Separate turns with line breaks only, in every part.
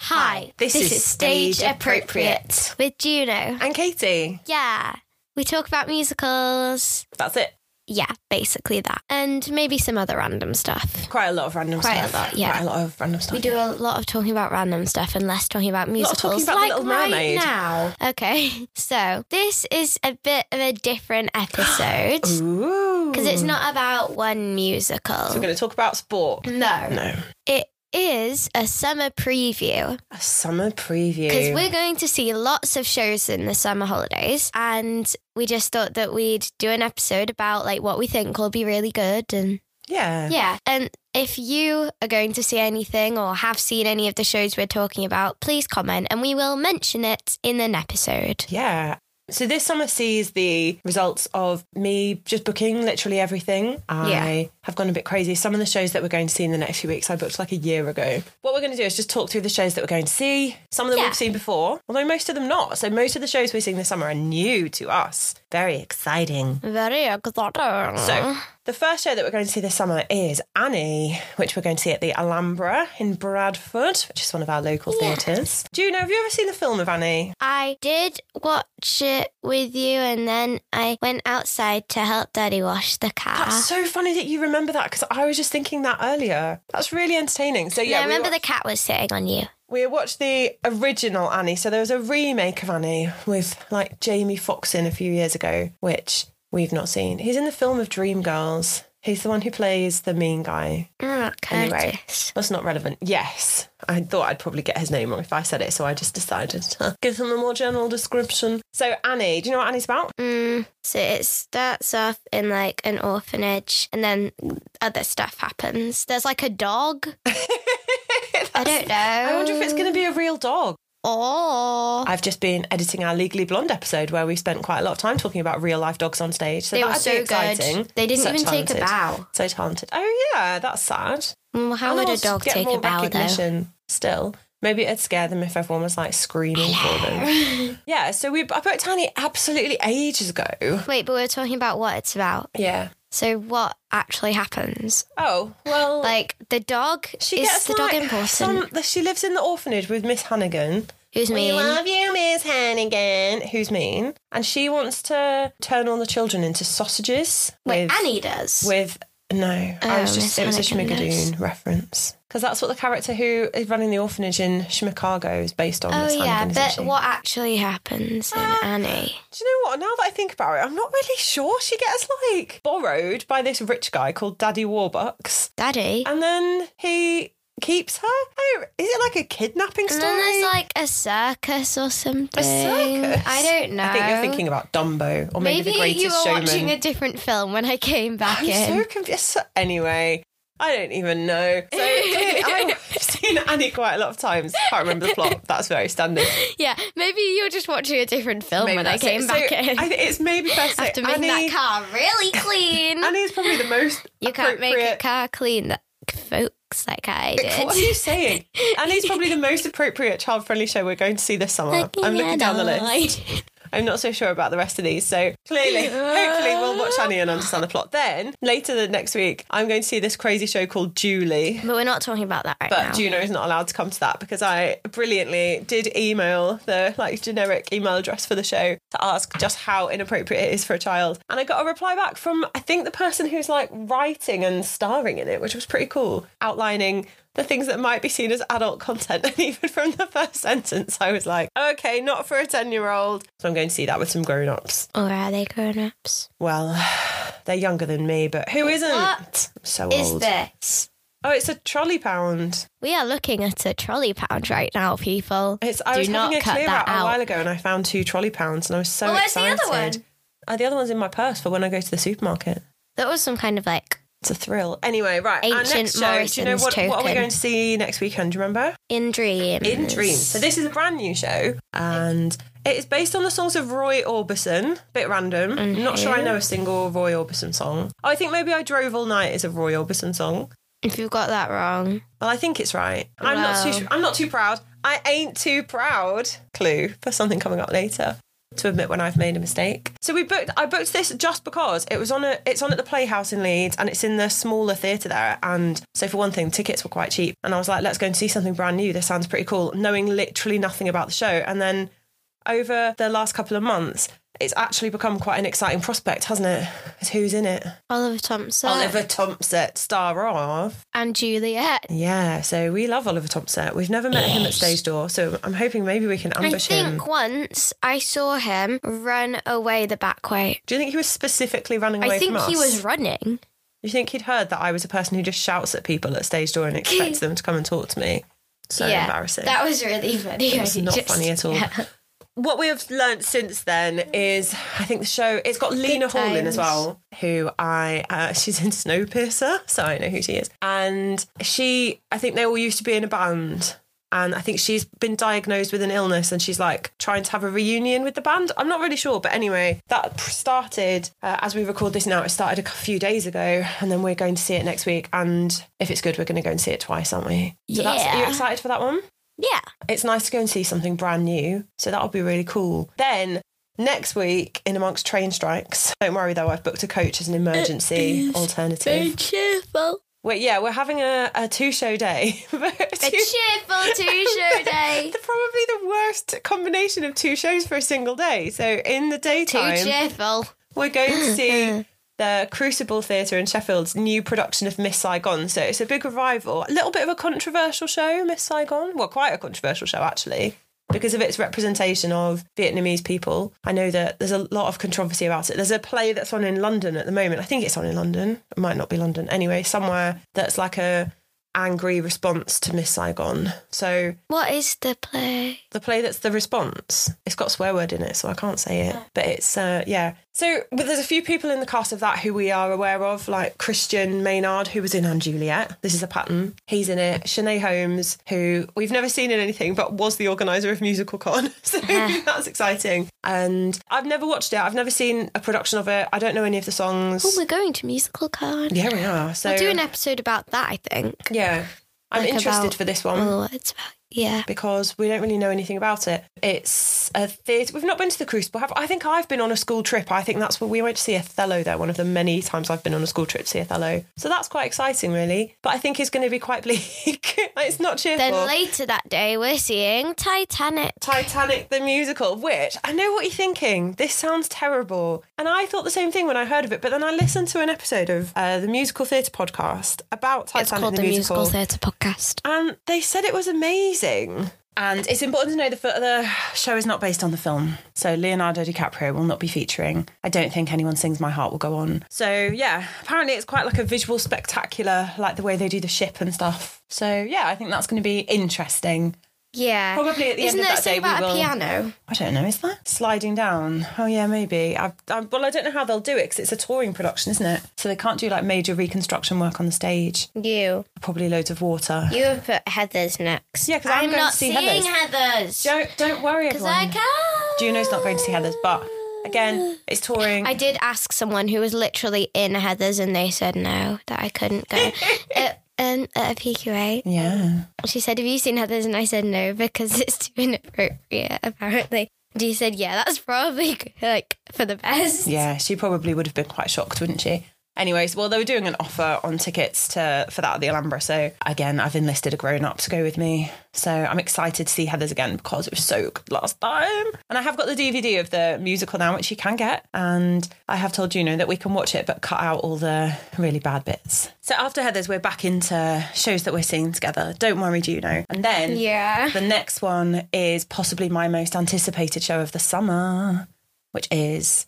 Hi, this, is, Stage Appropriate
with Juno.
and Katie.
Yeah, we talk about musicals.
That's it.
Yeah, basically that. And maybe some other random stuff.
Quite a lot of random
Quite a
stuff.
lot, yeah.
Quite a lot of random stuff.
We do a lot of talking about random stuff and less talking about
lot of
musicals.
talking about The
like
Little
right
Mermaid.
now. Okay, so this is a bit of a different episode
Ooh.
because it's not about one musical.
So we're going to talk about sport.
no,
No.
it is a summer preview.
A summer preview.
Because we're going to see lots of shows in the summer holidays, and we just thought that we'd do an episode about like what we think will be really good, and
Yeah.
yeah. And if you are going to see anything or have seen any of the shows we're talking about, please comment, and we will mention it in an episode.
Yeah. So this summer sees the results of me just booking literally everything. I have gone a bit crazy. Some of the shows that we're going to see in the next few weeks, I booked like a year ago. What we're going to do is just talk through the shows that we're going to see. Some of them
Yeah.
we've seen before, although most of them not. So most of the shows we're seeing this summer are new to us. Very exciting.
Very exciting.
So the first show that we're going to see this summer is Annie, which we're going to see at the Alhambra in Bradford, which is one of our local theatres. Juno, have you ever seen the film of Annie?
I did watch it with you, and then I went outside to help Daddy wash the car.
That's so funny that you remember that because I was just thinking that earlier. That's really entertaining. So yeah,
I remember
we, watched,
the cat was sitting on you.
we watched the original Annie. So there was a remake of Annie with like Jamie Foxx in a few years ago, which we've not seen. He's in the film of Dreamgirls. He's the one who plays the mean guy.
Oh,
Anyway.
Curtis.
That's not relevant. Yes, I thought I'd probably get his name wrong if I said it, so I just decided to give him a more general description. So Annie, do you know what Annie's about?
Mm, so it starts off in like an orphanage, and then other stuff happens. There's like a dog. I don't know.
I wonder if it's going to be a real dog.
Oh,
I've just been editing our Legally Blonde episode where we spent quite a lot of time talking about real life dogs on stage. So
they were
that'd
so
be
good.
exciting.
They didn't
So
even take a
talented.
bow.
So talented. Oh yeah, that's sad.
Mm, How would
Animals
a dog
get
take
more
a bow though?
recognition Still, maybe it'd scare them if everyone was like screaming for them. Yeah. So we I booked Annie absolutely ages ago.
Wait, but we're talking about what it's about.
Yeah.
So what actually happens?
Oh well.
Like the dog
she
is
gets
the
like
dog important?
Some, she lives in the orphanage with Miss Hannigan,
Who's
We
mean?
love you, Miss Hannigan. Who's mean? And she wants to turn all the children into sausages.
Wait,
with,
Annie does.
With no, I
Oh,
was just
Miss
it was a
Hannigan does.
Schmigadoon reference because that's what the character who is running the orphanage in Schmicago is based on.
oh
Miss
yeah,
Hannigan, isn't
but
she?
what actually happens in
Ah.
Annie?
Do you know what? Now that I think about it, I'm not really sure. She gets like borrowed by this rich guy called Daddy Warbucks,
Daddy.
and then he keeps her. Oh, is it like a kidnapping
And
story?
then there's like a circus or something.
a circus.
I don't know.
I think you're thinking about Dumbo or maybe, the greatest
you were
showman.
watching a different film when I came back
I'm
in.
so confused. Anyway, I don't even know. So I've seen Annie quite a lot of times. Can't remember the plot. That's very standard.
yeah, maybe you were just watching a different film
Maybe
when I
that's
came
it. So
back in.
I think it's maybe best to say
After making
Annie.
that car really clean.
Annie's probably the most.
you can't make a
appropriate-
car clean, that, folks, like I
What are you
did.
saying? Annie's probably the most appropriate child-friendly show we're going to see this summer. I'm looking down the list. I'm not so sure about the rest of these. So clearly, hopefully, we'll watch Annie and understand the plot. Then later the next week, I'm going to see this crazy show called Julie.
But we're not talking about that right
But
now.
Juno is not allowed to come to that because I brilliantly did email the like generic email address for the show to ask just how inappropriate it is for a child, and I got a reply back from I think the person who's like writing and starring in it, which was pretty cool, outlining the things that might be seen as adult content. And even from the first sentence, I was like, okay, not for a ten-year-old. So I'm going to see that with some grown-ups.
or are they grown ups?
Well, they're younger than me, but who isn't?
What
I'm so
Is
old.
this?
Oh, it's a trolley pound.
We are looking at a trolley pound right now, people.
It's, I
Do
was
not
having a
cut
clear
that
out, a
out.
while ago and I found two trolley pounds and I was so
Well, where's the other
excited.
one?
Uh, the other one's in my purse for when I go to the supermarket.
That was some kind of like
It's a thrill. Anyway, right. our
Ancient
next show, do you know
Morrison's
what, what are we
token.
going to see next weekend? Do you remember?
in dreams.
In Dreams. So this is a brand new show and it is based on the songs of Roy Orbison. Bit random. I'm not sure I know a single Roy Orbison song. Oh, I think maybe I Drove All Night is a Roy Orbison song.
If you got that wrong,
Well, I think it's right. I'm not
Wow.
too. I'm not too proud. I ain't too proud. Clue for something coming up later. to admit when I've made a mistake. So we booked. I booked this just because it was on a. It's on at the Playhouse in Leeds, and it's in the smaller theatre there. And so for one thing, tickets were quite cheap, and I was like, let's go and see something brand new. This sounds pretty cool, knowing literally nothing about the show. And then over the last couple of months. It's actually become quite an exciting prospect, hasn't it? It's who's in it.
Oliver Thompson
Oliver Thompson, star of.
and Juliet.
Yeah, so we love Oliver Thompson. We've never met him at
Yes.
stage door, so I'm hoping maybe we can
I
ambush him.
think once I saw him run away the back way.
Do you think he was specifically running away
I think
from us?
he was running.
You think he'd heard that I was a person who just shouts at people at stage door and expects them to come and talk to me? So
yeah,
embarrassing.
That was really funny.
It's
I
not
just-
funny at all.
yeah.
what we have learnt since then is I think the show it's got Lena Hall in as
times.
well, who I uh, she's in Snowpiercer, so I know who she is, and she I think they all used to be in a band. And I think she's been diagnosed with an illness and she's like trying to have a reunion with the band. I'm not really sure, but anyway, that pr- started uh, as we record this now. It started a c- few days ago, and then we're going to see it next week. And if it's good, we're going to go and see it twice, aren't we? So That's, are you
Yeah.
excited for that one?
Yeah.
it's nice to go and see something brand new. So that'll be really cool. Then next week, in amongst train strikes, don't worry though, I've booked a coach as an emergency alternative.
cheerful.
Wait, yeah, we're having a, a two show day. Two-
A cheerful two-show day.
the- Probably the worst combination of two shows for a single day. So in the
Too
daytime,
cheerful.
we're going to see the Crucible Theatre in Sheffield's new production of Miss Saigon. So it's a big revival, a little bit of a controversial show, Miss Saigon. Well, quite a controversial show, actually, because of its representation of Vietnamese people. I know that there's a lot of controversy about it. There's a play that's on in London at the moment. I think it's on in London. It might not be London. Anyway, somewhere that's like a angry response to Miss Saigon. So
What is the play?
the play that's the response. It's got a swear word in it, so I can't say it. But it's uh, yeah. So but there's a few people in the cast of that who we are aware of, like Christian Maynard, who was in Anne Juliet. This is a pattern. He's in it. Shanae Holmes, who we've never seen in anything, but was the organizer of Musical Con. So that's exciting. And I've never watched it. I've never seen a production of it. I don't know any of the songs.
Oh, we're going to musical card.
yeah, we are. So
I'll do an episode about that. I think.
yeah, I'm
Like
interested
about-
for this one.
Oh, it's about yeah.
because we don't really know anything about it. It's a theatre. We've not been to the Crucible. Have I think I've been on a school trip. I think that's where we went to see Othello there. One of the many times I've been on a school trip to see Othello. So that's quite exciting, really. But I think it's going to be quite bleak. Like, it's not cheerful.
Then later that day, we're seeing Titanic.
Titanic the musical, which I know what you're thinking. This sounds terrible. And I thought the same thing when I heard of it, but then I listened to an episode of uh, the Musical Theatre podcast about Titanic
It's called the, Musical Theatre Podcast.
and they said it was amazing. And it's important to know the, fi- the show is not based on the film, so Leonardo DiCaprio will not be featuring. I don't think anyone sings "My Heart Will Go On." So yeah, apparently it's quite like a visual spectacular, like the way they do the ship and stuff. So yeah, I think that's going to be interesting.
Yeah.
Probably at the end
Isn't
of
there
that day,
something
we
about
will-
a piano?
I don't know, is that sliding down? Oh yeah, maybe. I, I, well, I don't know how they'll do it because it's a touring production, isn't it? So they can't do like major reconstruction work on the stage.
You.
Probably loads of water.
You have put Heather's next.
Yeah, 'cause I'm going
not
to see
seeing
Heather's.
Heather's. "Oh."
Don't don't worry,
Because
everyone.
I can't.
Juno's not going to see Heather's, but again, it's touring.
I did ask someone who was literally in Heather's and they said no, that I couldn't go. at, um, at a PQA.
yeah.
She said, Have you seen Heather's? And I said no because it's too inappropriate, apparently. And he said, Yeah, that's probably like for the best.
Yeah, she probably would have been quite shocked, wouldn't she? Anyways, well, they were doing an offer on tickets to for that at the Alhambra. So again, I've enlisted a grown up to go with me. So I'm excited to see Heather's again because it was so good last time. And I have got the DVD of the musical now, which you can get. And I have told Juno that we can watch it, but cut out all the really bad bits. So after Heather's, we're back into shows that we're seeing together. Don't worry, Juno. And then
Yeah.
The next one is possibly my most anticipated show of the summer, which is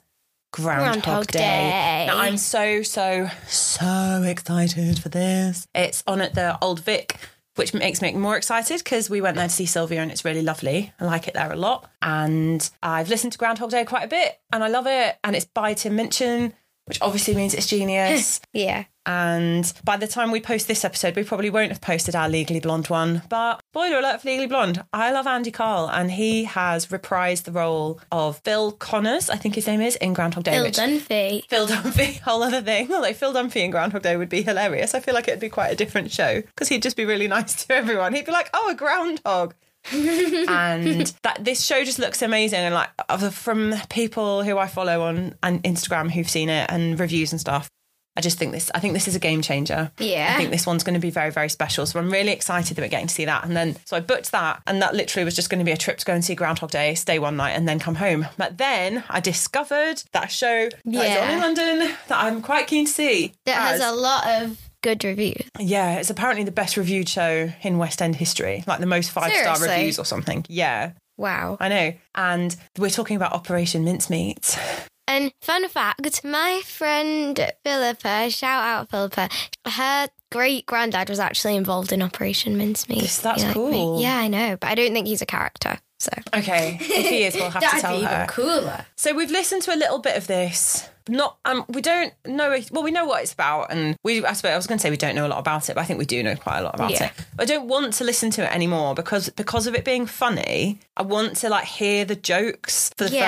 Groundhog,
Groundhog
Day.
Day.
Now, I'm so, so, so excited for this. It's on at the Old Vic, which makes me more excited because we went there to see Sylvia and it's really lovely. I like it there a lot. And I've listened to Groundhog Day quite a bit and I love it. And it's by Tim Minchin, which obviously means it's genius.
Yeah.
And by the time we post this episode, we probably won't have posted our Legally Blonde one. But spoiler alert for Legally Blonde, I love Andy Carl, and he has reprised the role of Bill Connors, I think his name is, in Groundhog Day.
Bill
which-
Dunphy.
Phil Dunphy, whole other thing. Although Phil Dunphy in Groundhog Day would be hilarious. I feel like it'd be quite a different show because he'd just be really nice to everyone. He'd be like, oh, a groundhog. and that this show just looks amazing and like of- from people who I follow on and Instagram who've seen it and reviews and stuff I just think this I think this is a game changer I
Yeah.
think this one's going to be very very special so I'm really excited that we're getting to see that and then so I booked that and that literally was just going to be a trip to go and see Groundhog Day stay one night and then come home but then I discovered that show that is on
Yeah.
in London that I'm quite keen to see
that has
as-
a lot of good reviews.
yeah, it's apparently the best reviewed show in West End history, like the most five star
Seriously?
reviews or something. Yeah,
Wow.
I know. And we're talking about Operation Mincemeat.
And fun fact, my friend Philippa, shout out Philippa, her great granddad was actually involved in Operation Mincemeat.
Yes, that's
You like me?
cool.
Yeah, I know, but I don't think he's a character. So
Okay, if he is, we'll have to tell her.
cooler.
So we've listened to a little bit of this. Not um, we don't know. Well, we know what it's about, and we. I suppose I was going to say we don't know a lot about it, but I think we do know quite a lot about
Yeah.
it. I don't want to listen to it anymore because because of it being funny. I want to like hear the jokes for the first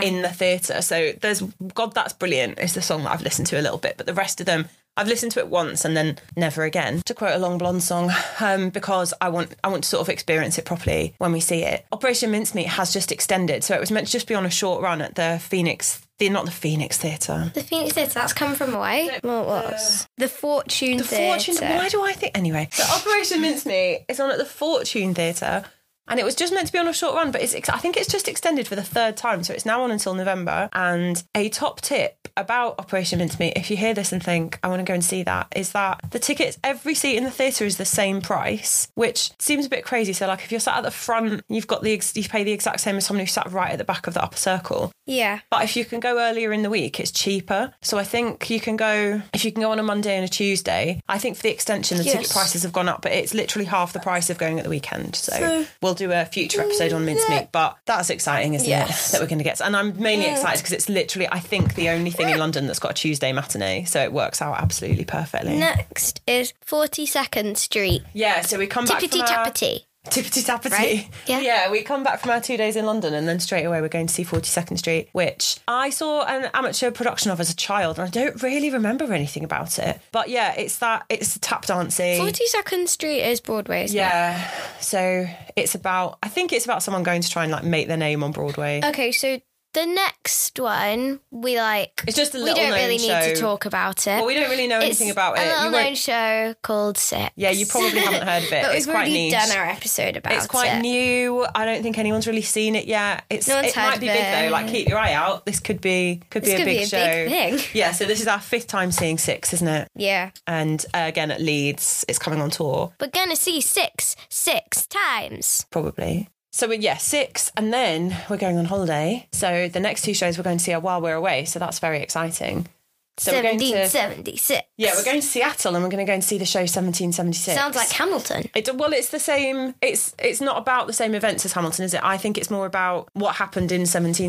Yeah.
in the theatre. So there's God, that's brilliant. Is the song that I've listened to a little bit, but the rest of them. I've listened to it once and then never again. To quote a long blonde song, um, because I want I want to sort of experience it properly when we see it. Operation Mincemeat has just extended, so it was meant to just be on a short run at the Phoenix, the, not the Phoenix Theatre.
The Phoenix Theatre, that's come from away. Well, it was. The Fortune
The
Theatre.
Fortune. Why do I think anyway? So Operation Mincemeat is on at the Fortune Theatre, and it was just meant to be on a short run, but it's ex- I think it's just extended for the third time, so it's now on until November. And a top tip about Operation Mincemeat, if you hear this and think I want to go and see that, is that the tickets every seat in the theatre is the same price, which seems a bit crazy. So like if you're sat at the front, you've got the ex- you pay the exact same as someone who sat right at the back of the upper circle.
Yeah.
But if you can go earlier in the week, it's cheaper. So I think you can go if you can go on a Monday and a Tuesday. I think for the extension, the ticket
Yes.
prices have gone up, but it's literally half the price of going at the weekend. So, we'll do a future episode on mincemeat. But that's exciting, isn't
Yes.
it? That we're going to get. And I'm mainly excited because it's literally, I think, the only thing in London that's got a Tuesday matinee. So it works out absolutely perfectly.
Next is 42nd Street.
Yeah. So we come back
Tippity
from our-
tappity.
Tippity tappity.
Right?
Yeah.
Yeah.
we come back from our two days in London and then straight away we're going to see 42nd Street, which I saw an amateur production of as a child and I don't really remember anything about it. But yeah, it's that, it's tap dancing.
42nd Street is Broadway, isn't it?
yeah. So it's about, I think it's about someone going to try and like make their name on Broadway.
Okay, so the next one, we like.
It's just a
We
little
don't
known
really
show.
need to talk about it.
Well, we don't really know anything
it's
about it.
A
You
little known
won't-
show called Six.
yeah, you probably haven't heard of it.
but
it's
we've
quite
already
niche.
done our episode about
It's quite
it.
new. I don't think anyone's really seen it yet. It's
No one's
it
heard
might be
of
big
it.
though. Like keep your eye out. This could be could be
This
a
could
big
be a
show.
big thing.
Yeah. So this is our fifth time seeing Six, isn't it?
Yeah.
And uh, again at Leeds, it's coming on tour
We're going to see six, six times.
probably. So we- yeah, six, and then we're going on holiday. So the next two shows we're going to see are while we're away. So that's very exciting. So we're going to
1776.
yeah, we're going to Seattle, and we're going to go and see the show 1776.
Sounds like Hamilton.
It, well, it's the same. It's it's not about the same events as Hamilton, is it? I think it's more about what happened in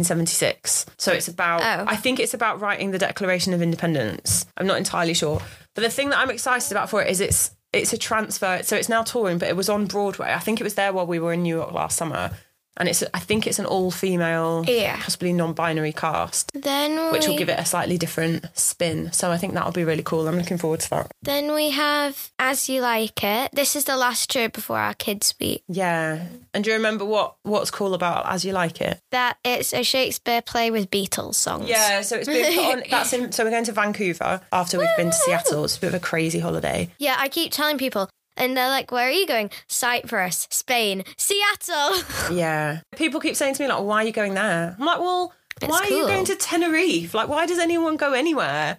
1776. So it's about.
Oh.
I think it's about writing the Declaration of Independence. I'm not entirely sure, but the thing that I'm excited about for it is it's it's a transfer. So it's now touring, but it was on Broadway. I think it was there while we were in New York last summer, and it's I think it's an all female,
Yeah.
possibly non-binary cast.
Then we,
Which will give it a slightly different spin. So I think that'll be really cool. I'm looking forward to that.
Then we have As You Like It. This is the last show before our kids' week.
Yeah. And do you remember what what's cool about As You Like It?
That it's a Shakespeare play with Beatles songs.
Yeah, so it's been put on. That's in, so we're going to Vancouver after we've been to Seattle. It's a bit of a crazy holiday.
Yeah, I keep telling people, and they're like, "Where are you going? Cyprus, Spain, Seattle."
Yeah, people keep saying to me like, "Why are you going there?" I'm like, "Well, why are you
cool.
going to Tenerife? Like, why does anyone go anywhere?"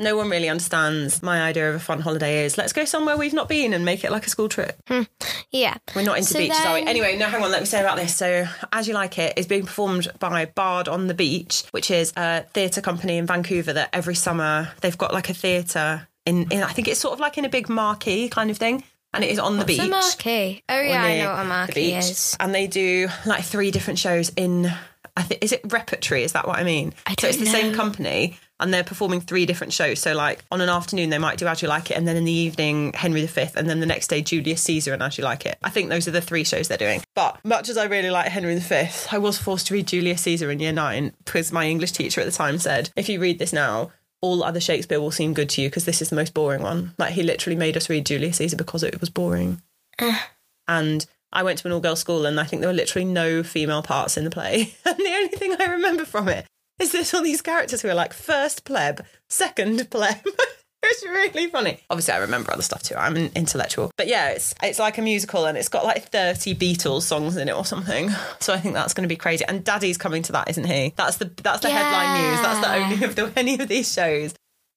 No one really understands my idea of a fun holiday is let's go somewhere we've not been and make it like a school trip.
yeah,
We're not into
So
beaches, are we?
then-
Anyway, no, hang on, let me say about this. So, As You Like It is being performed by Bard on the Beach, which is a theatre company in Vancouver that every summer they've got like a theatre in, in, I think it's sort of like in a big marquee kind of thing, and it is on the beach.
the marquee. Oh yeah,
or
I
near
know what a
the
marquee
beach.
is.
And they do like three different shows in, I think, is it repertory? Is that what I mean?
I
so it's
don't
the same
know.
company and they're performing three different shows. So, like, on an afternoon, they might do As You Like It, and then in the evening, Henry V, and then the next day, Julius Caesar and As You Like It. I think those are the three shows they're doing. But much as I really like Henry V, I was forced to read Julius Caesar in year nine because my English teacher at the time said, if you read this now, all other Shakespeare will seem good to you because this is the most boring one. Like, he literally made us read Julius Caesar because it was boring and I went to an all girls school and I think there were literally no female parts in the play. And the only thing I remember from it is there's all these characters who are like first pleb, second pleb. It's really funny. Obviously, I remember other stuff too. I'm an intellectual, but yeah, it's it's like a musical, and it's got like 30 Beatles songs in it or something. So I think that's going to be crazy. And Daddy's coming to that, isn't he? That's the that's the headline news. That's the only of the any of these shows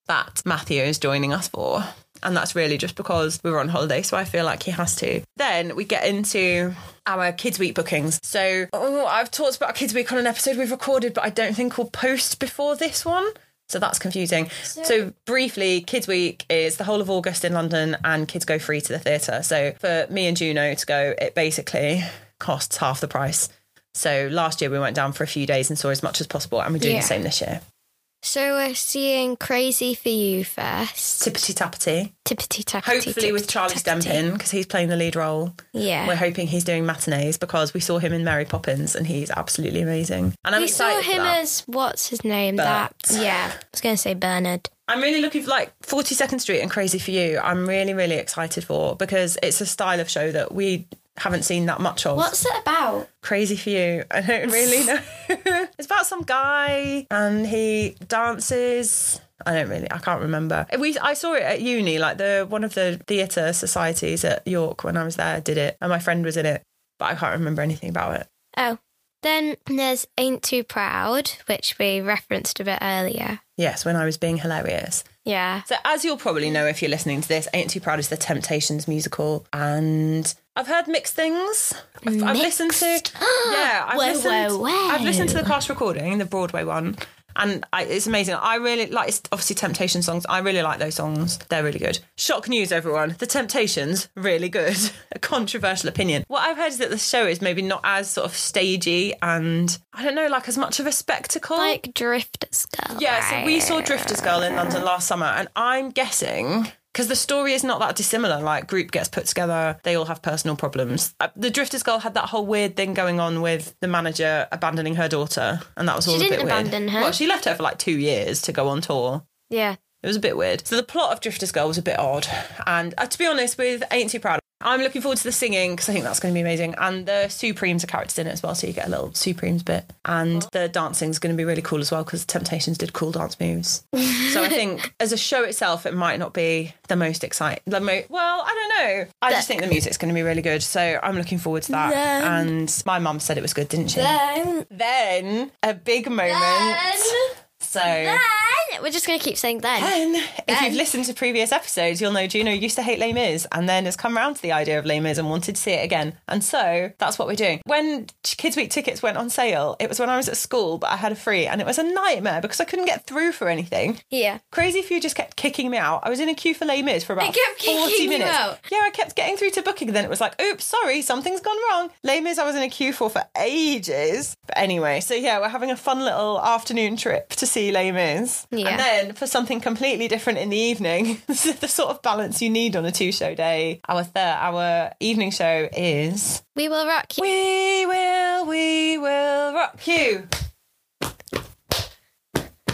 that Matthew is joining us for. And that's really just because we were on holiday, so I feel like he has to. Then we get into our Kids Week bookings. So oh, I've talked about Kids Week on an episode we've recorded, but I don't think we'll post before this one. So that's confusing. So, briefly, Kids Week is the whole of August in London, and kids go free to the theatre. So for me and Juno to go, it basically costs half the price. So last year we went down for a few days and saw as much as possible, and we're doing
Yeah.
the same this year.
So we're seeing Crazy for You first.
Tippity tappity.
Tippity tappity.
Hopefully with
tippity
Charlie
tappity.
Stempin because he's playing the lead role.
Yeah.
We're hoping he's doing matinees because we saw him in Mary Poppins and he's absolutely amazing. And I'm
we saw
excited. for
him
that.
as what's his name?
Bert.
That yeah, I was going to say Bernard.
I'm really looking for like 42nd Street and Crazy for You. I'm really, really excited for because it's a style of show that we haven't seen that much of.
What's it about?
Crazy for You. I don't really know. it's about some guy and he dances. I don't really. I can't remember. We I saw it at uni, like the one of the theatre societies at York when I was there did it, and my friend was in it, but I can't remember anything about it.
Oh, then there's Ain't Too Proud, which we referenced a bit earlier.
Yes, when I was being hilarious.
Yeah,
So, as you'll probably know if you're listening to this, Ain't Too Proud is the Temptations musical, and I've heard mixed things. I've, I've listened to, yeah, I've
Whoa, whoa,
listened.
whoa.
I've listened to the cast recording, the Broadway one, and I, it's amazing. I really like, it's obviously Temptation songs. I really like those songs. They're really good. Shock news, everyone: the Temptations really good. A controversial opinion. What I've heard is that the show is maybe not as sort of stagey and I don't know, like as much of a spectacle.
like Drifter's Girl.
Yeah, so we
right?
saw Drifter's Girl in London last summer, and I'm guessing because the story is not that dissimilar. Like, group gets put together, they all have personal problems. Uh, The Drifter's Girl had that whole weird thing going on with the manager abandoning her daughter, and that was all
didn't
a bit weird.
abandon her.
Well, she left her for like two years to go on tour.
Yeah,
It was a bit weird. So the plot of Drifter's Girl was a bit odd. And uh, to be honest, with Ain't Too Proud, I'm looking forward to the singing because I think that's going to be amazing. And the Supremes are characters in it as well, so you get a little Supremes bit. And the dancing's going to be really cool as well because Temptations did cool dance moves. so I think as a show itself, it might not be the most exciting. The mo- well, I don't know. I just think the music's going to be really good. So I'm looking forward to that.
Then-
and my mum said it was good, didn't she?
then,
Then a big moment. so.
um, then- we're just going to keep saying then.
Then, if you've listened to previous episodes, you'll know Juno used to hate Les Mis and then has come round to the idea of Les Mis and wanted to see it again. And so that's what we're doing. When Kids Week tickets went on sale, it was when I was at school, but I had a free, and it was a nightmare because I couldn't get through for anything.
Yeah,
Crazy Few just kept kicking me out. I was in a queue for Les Mis for about
It kept
40
kicking you
minutes.
out?
Yeah, I kept getting through to booking. Then it was like, oops, sorry, something's gone wrong. Les Mis I was in a queue for for ages. But anyway, so yeah, we're having a fun little afternoon trip to see Les Mis.
Yeah.
And then for something completely different in the evening, this is the sort of balance you need on a two-show day. Our third, our evening show is...
we will rock you.
We will, we will rock you.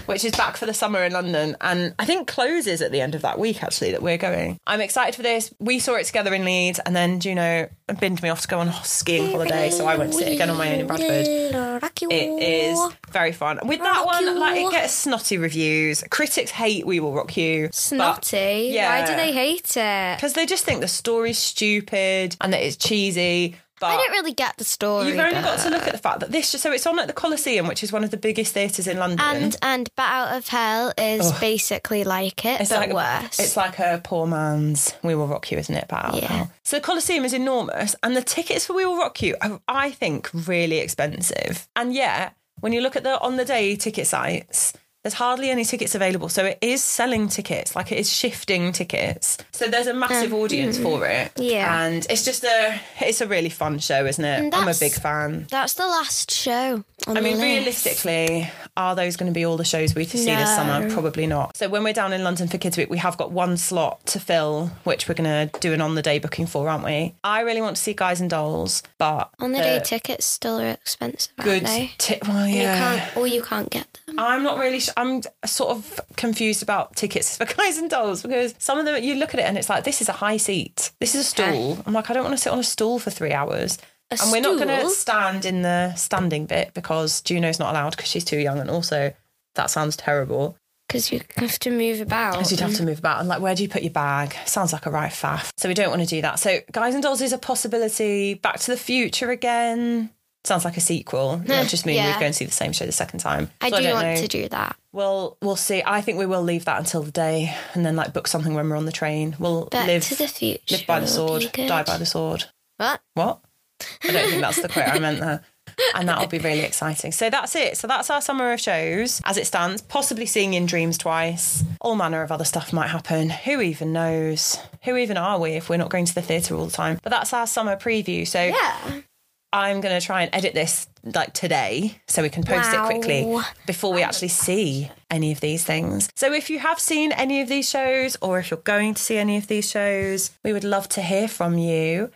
Which is back for the summer in London, and I think closes at the end of that week. Actually, that we're going. I'm excited for this. We saw it together in Leeds, and then Juno binned me off to go on skiing holiday, so I went to see it again on my own in Bradford.
Will rock you.
It is very fun. With that
Rock
one, like
you.
it gets snotty reviews. Critics hate "We Will Rock You." but-
snotty. Why do
yeah.
they hate it?
because they just think the story's stupid and that it's cheesy. But
I don't really get the story.
You've only
but-
got to look at the fact that this. So it's on at the Coliseum, which is one of the biggest theatres in London.
And and Bat Out of Hell is basically like it,
it's
but
like
worse.
It's like a poor man's We Will Rock You, isn't it? But
Yeah.
So the Coliseum is enormous, and the tickets for We Will Rock You are, I think, really expensive. And yet, when you look at the on the day ticket sites. There's hardly any tickets available. So it is selling tickets, like it is shifting tickets. So there's a massive audience for it.
Mm. Yeah.
And it's just a it's a really fun show, isn't it?
And
I'm a
that's-
big fan.
That's the last show. On
I mean,
the list.
realistically, are those going to be all the shows we see this summer?
No.
Probably not. So when we're down in London for Kids Week, we have got one slot to fill, which we're going to do an on the day booking for, aren't we? I really want to see Guys and Dolls, but
On the day tickets still are expensive, aren't
good
they?
tip. Well,
You
yeah.
can't, or you can't get them.
I'm not really sure. I'm sort of confused about tickets for guys and dolls because some of them you look at it and it's like this is a high seat, this is a stool. I'm like I don't want to sit on a stool for three hours.
A
and we're not going to
stool?
stand in the standing bit because Juno's not allowed because she's too young, and also that sounds terrible.
because you have to move about.
Because you'd have to move about. And like, where do you put your bag? Sounds like a right faff. So we don't want to do that. So Guys and Dolls is a possibility. Back to the Future again. Sounds like a sequel. It would just mean
Yeah.
we'd go and see the same show the second time.
I
So
do
don't
want
know.
to do that.
Well, we'll see. I think we will leave that until the day and then like book something when we're on the train. We'll
Back
live
to the future.
live by the
would be
sword,
good.
die by the sword.
What?
What? I don't think that's the quote I meant there. And that'll be really exciting. So that's it. So that's our summer of shows as it stands. Possibly seeing In Dreams twice. All manner of other stuff might happen. Who even knows? Who even are we if we're not going to the theatre all the time? But that's our summer preview. So
Yeah.
I'm going to try and edit this like today so we can post
Wow.
it quickly before we actually see any of these things. So if you have seen any of these shows or if you're going to see any of these shows, we would love to hear from you.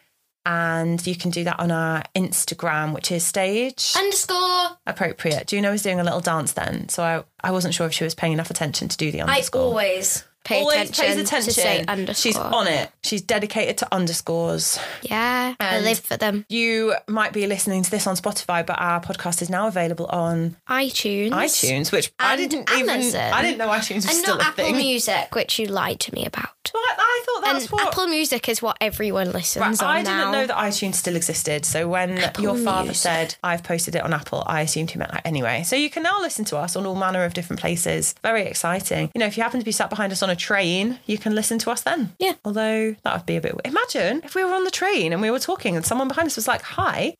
And you can do that on our Instagram, which is stage
Underscore.
appropriate. Juno was doing a little dance then, so I, I wasn't sure if she was paying enough attention to do the
I
underscore.
always.
Pay
Always pays attention.
to say underscore.
She's on it. She's dedicated to underscores.
Yeah. I
And-
live for them.
You might be listening to this on Spotify, but our podcast is now available on
iTunes.
iTunes, which I
And
didn't even
Amazon.
I didn't know iTunes was
And
still
not
a
Apple
thing.
Music.
Which you lied to me about.
But I thought that's
and
what
Apple Music is what everyone listens
Right,
on
I didn't
now.
know that iTunes still existed. So when your father
Music.
said, I've posted it on Apple, I assumed he meant that anyway. So you can now listen to us on all manner of different places. Very exciting. You know, if you happen to be sat behind us on a train, you can listen to us then.
Yeah.
Although that would be a bit Imagine if we were on the train and we were talking and someone behind us was like, Hi.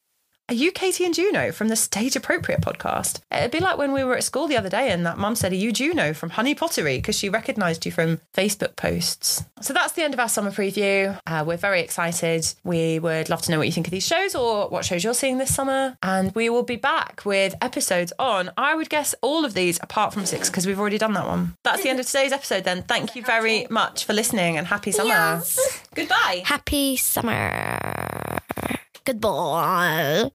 Are you Katie and Juno from the Stage Appropriate podcast? It'd be like when we were at school the other day and that mum said, Are you Juno from Honey Pottery? Because she recognised you from Facebook posts. So that's the end of our summer preview. Uh, we're very excited. We would love to know what you think of these shows or what shows you're seeing this summer. And we will be back with episodes on, I would guess, all of these apart from six because we've already done that one. That's the end of today's episode then. Thank you very much for listening and happy summer. Goodbye.
Happy summer. Goodbye.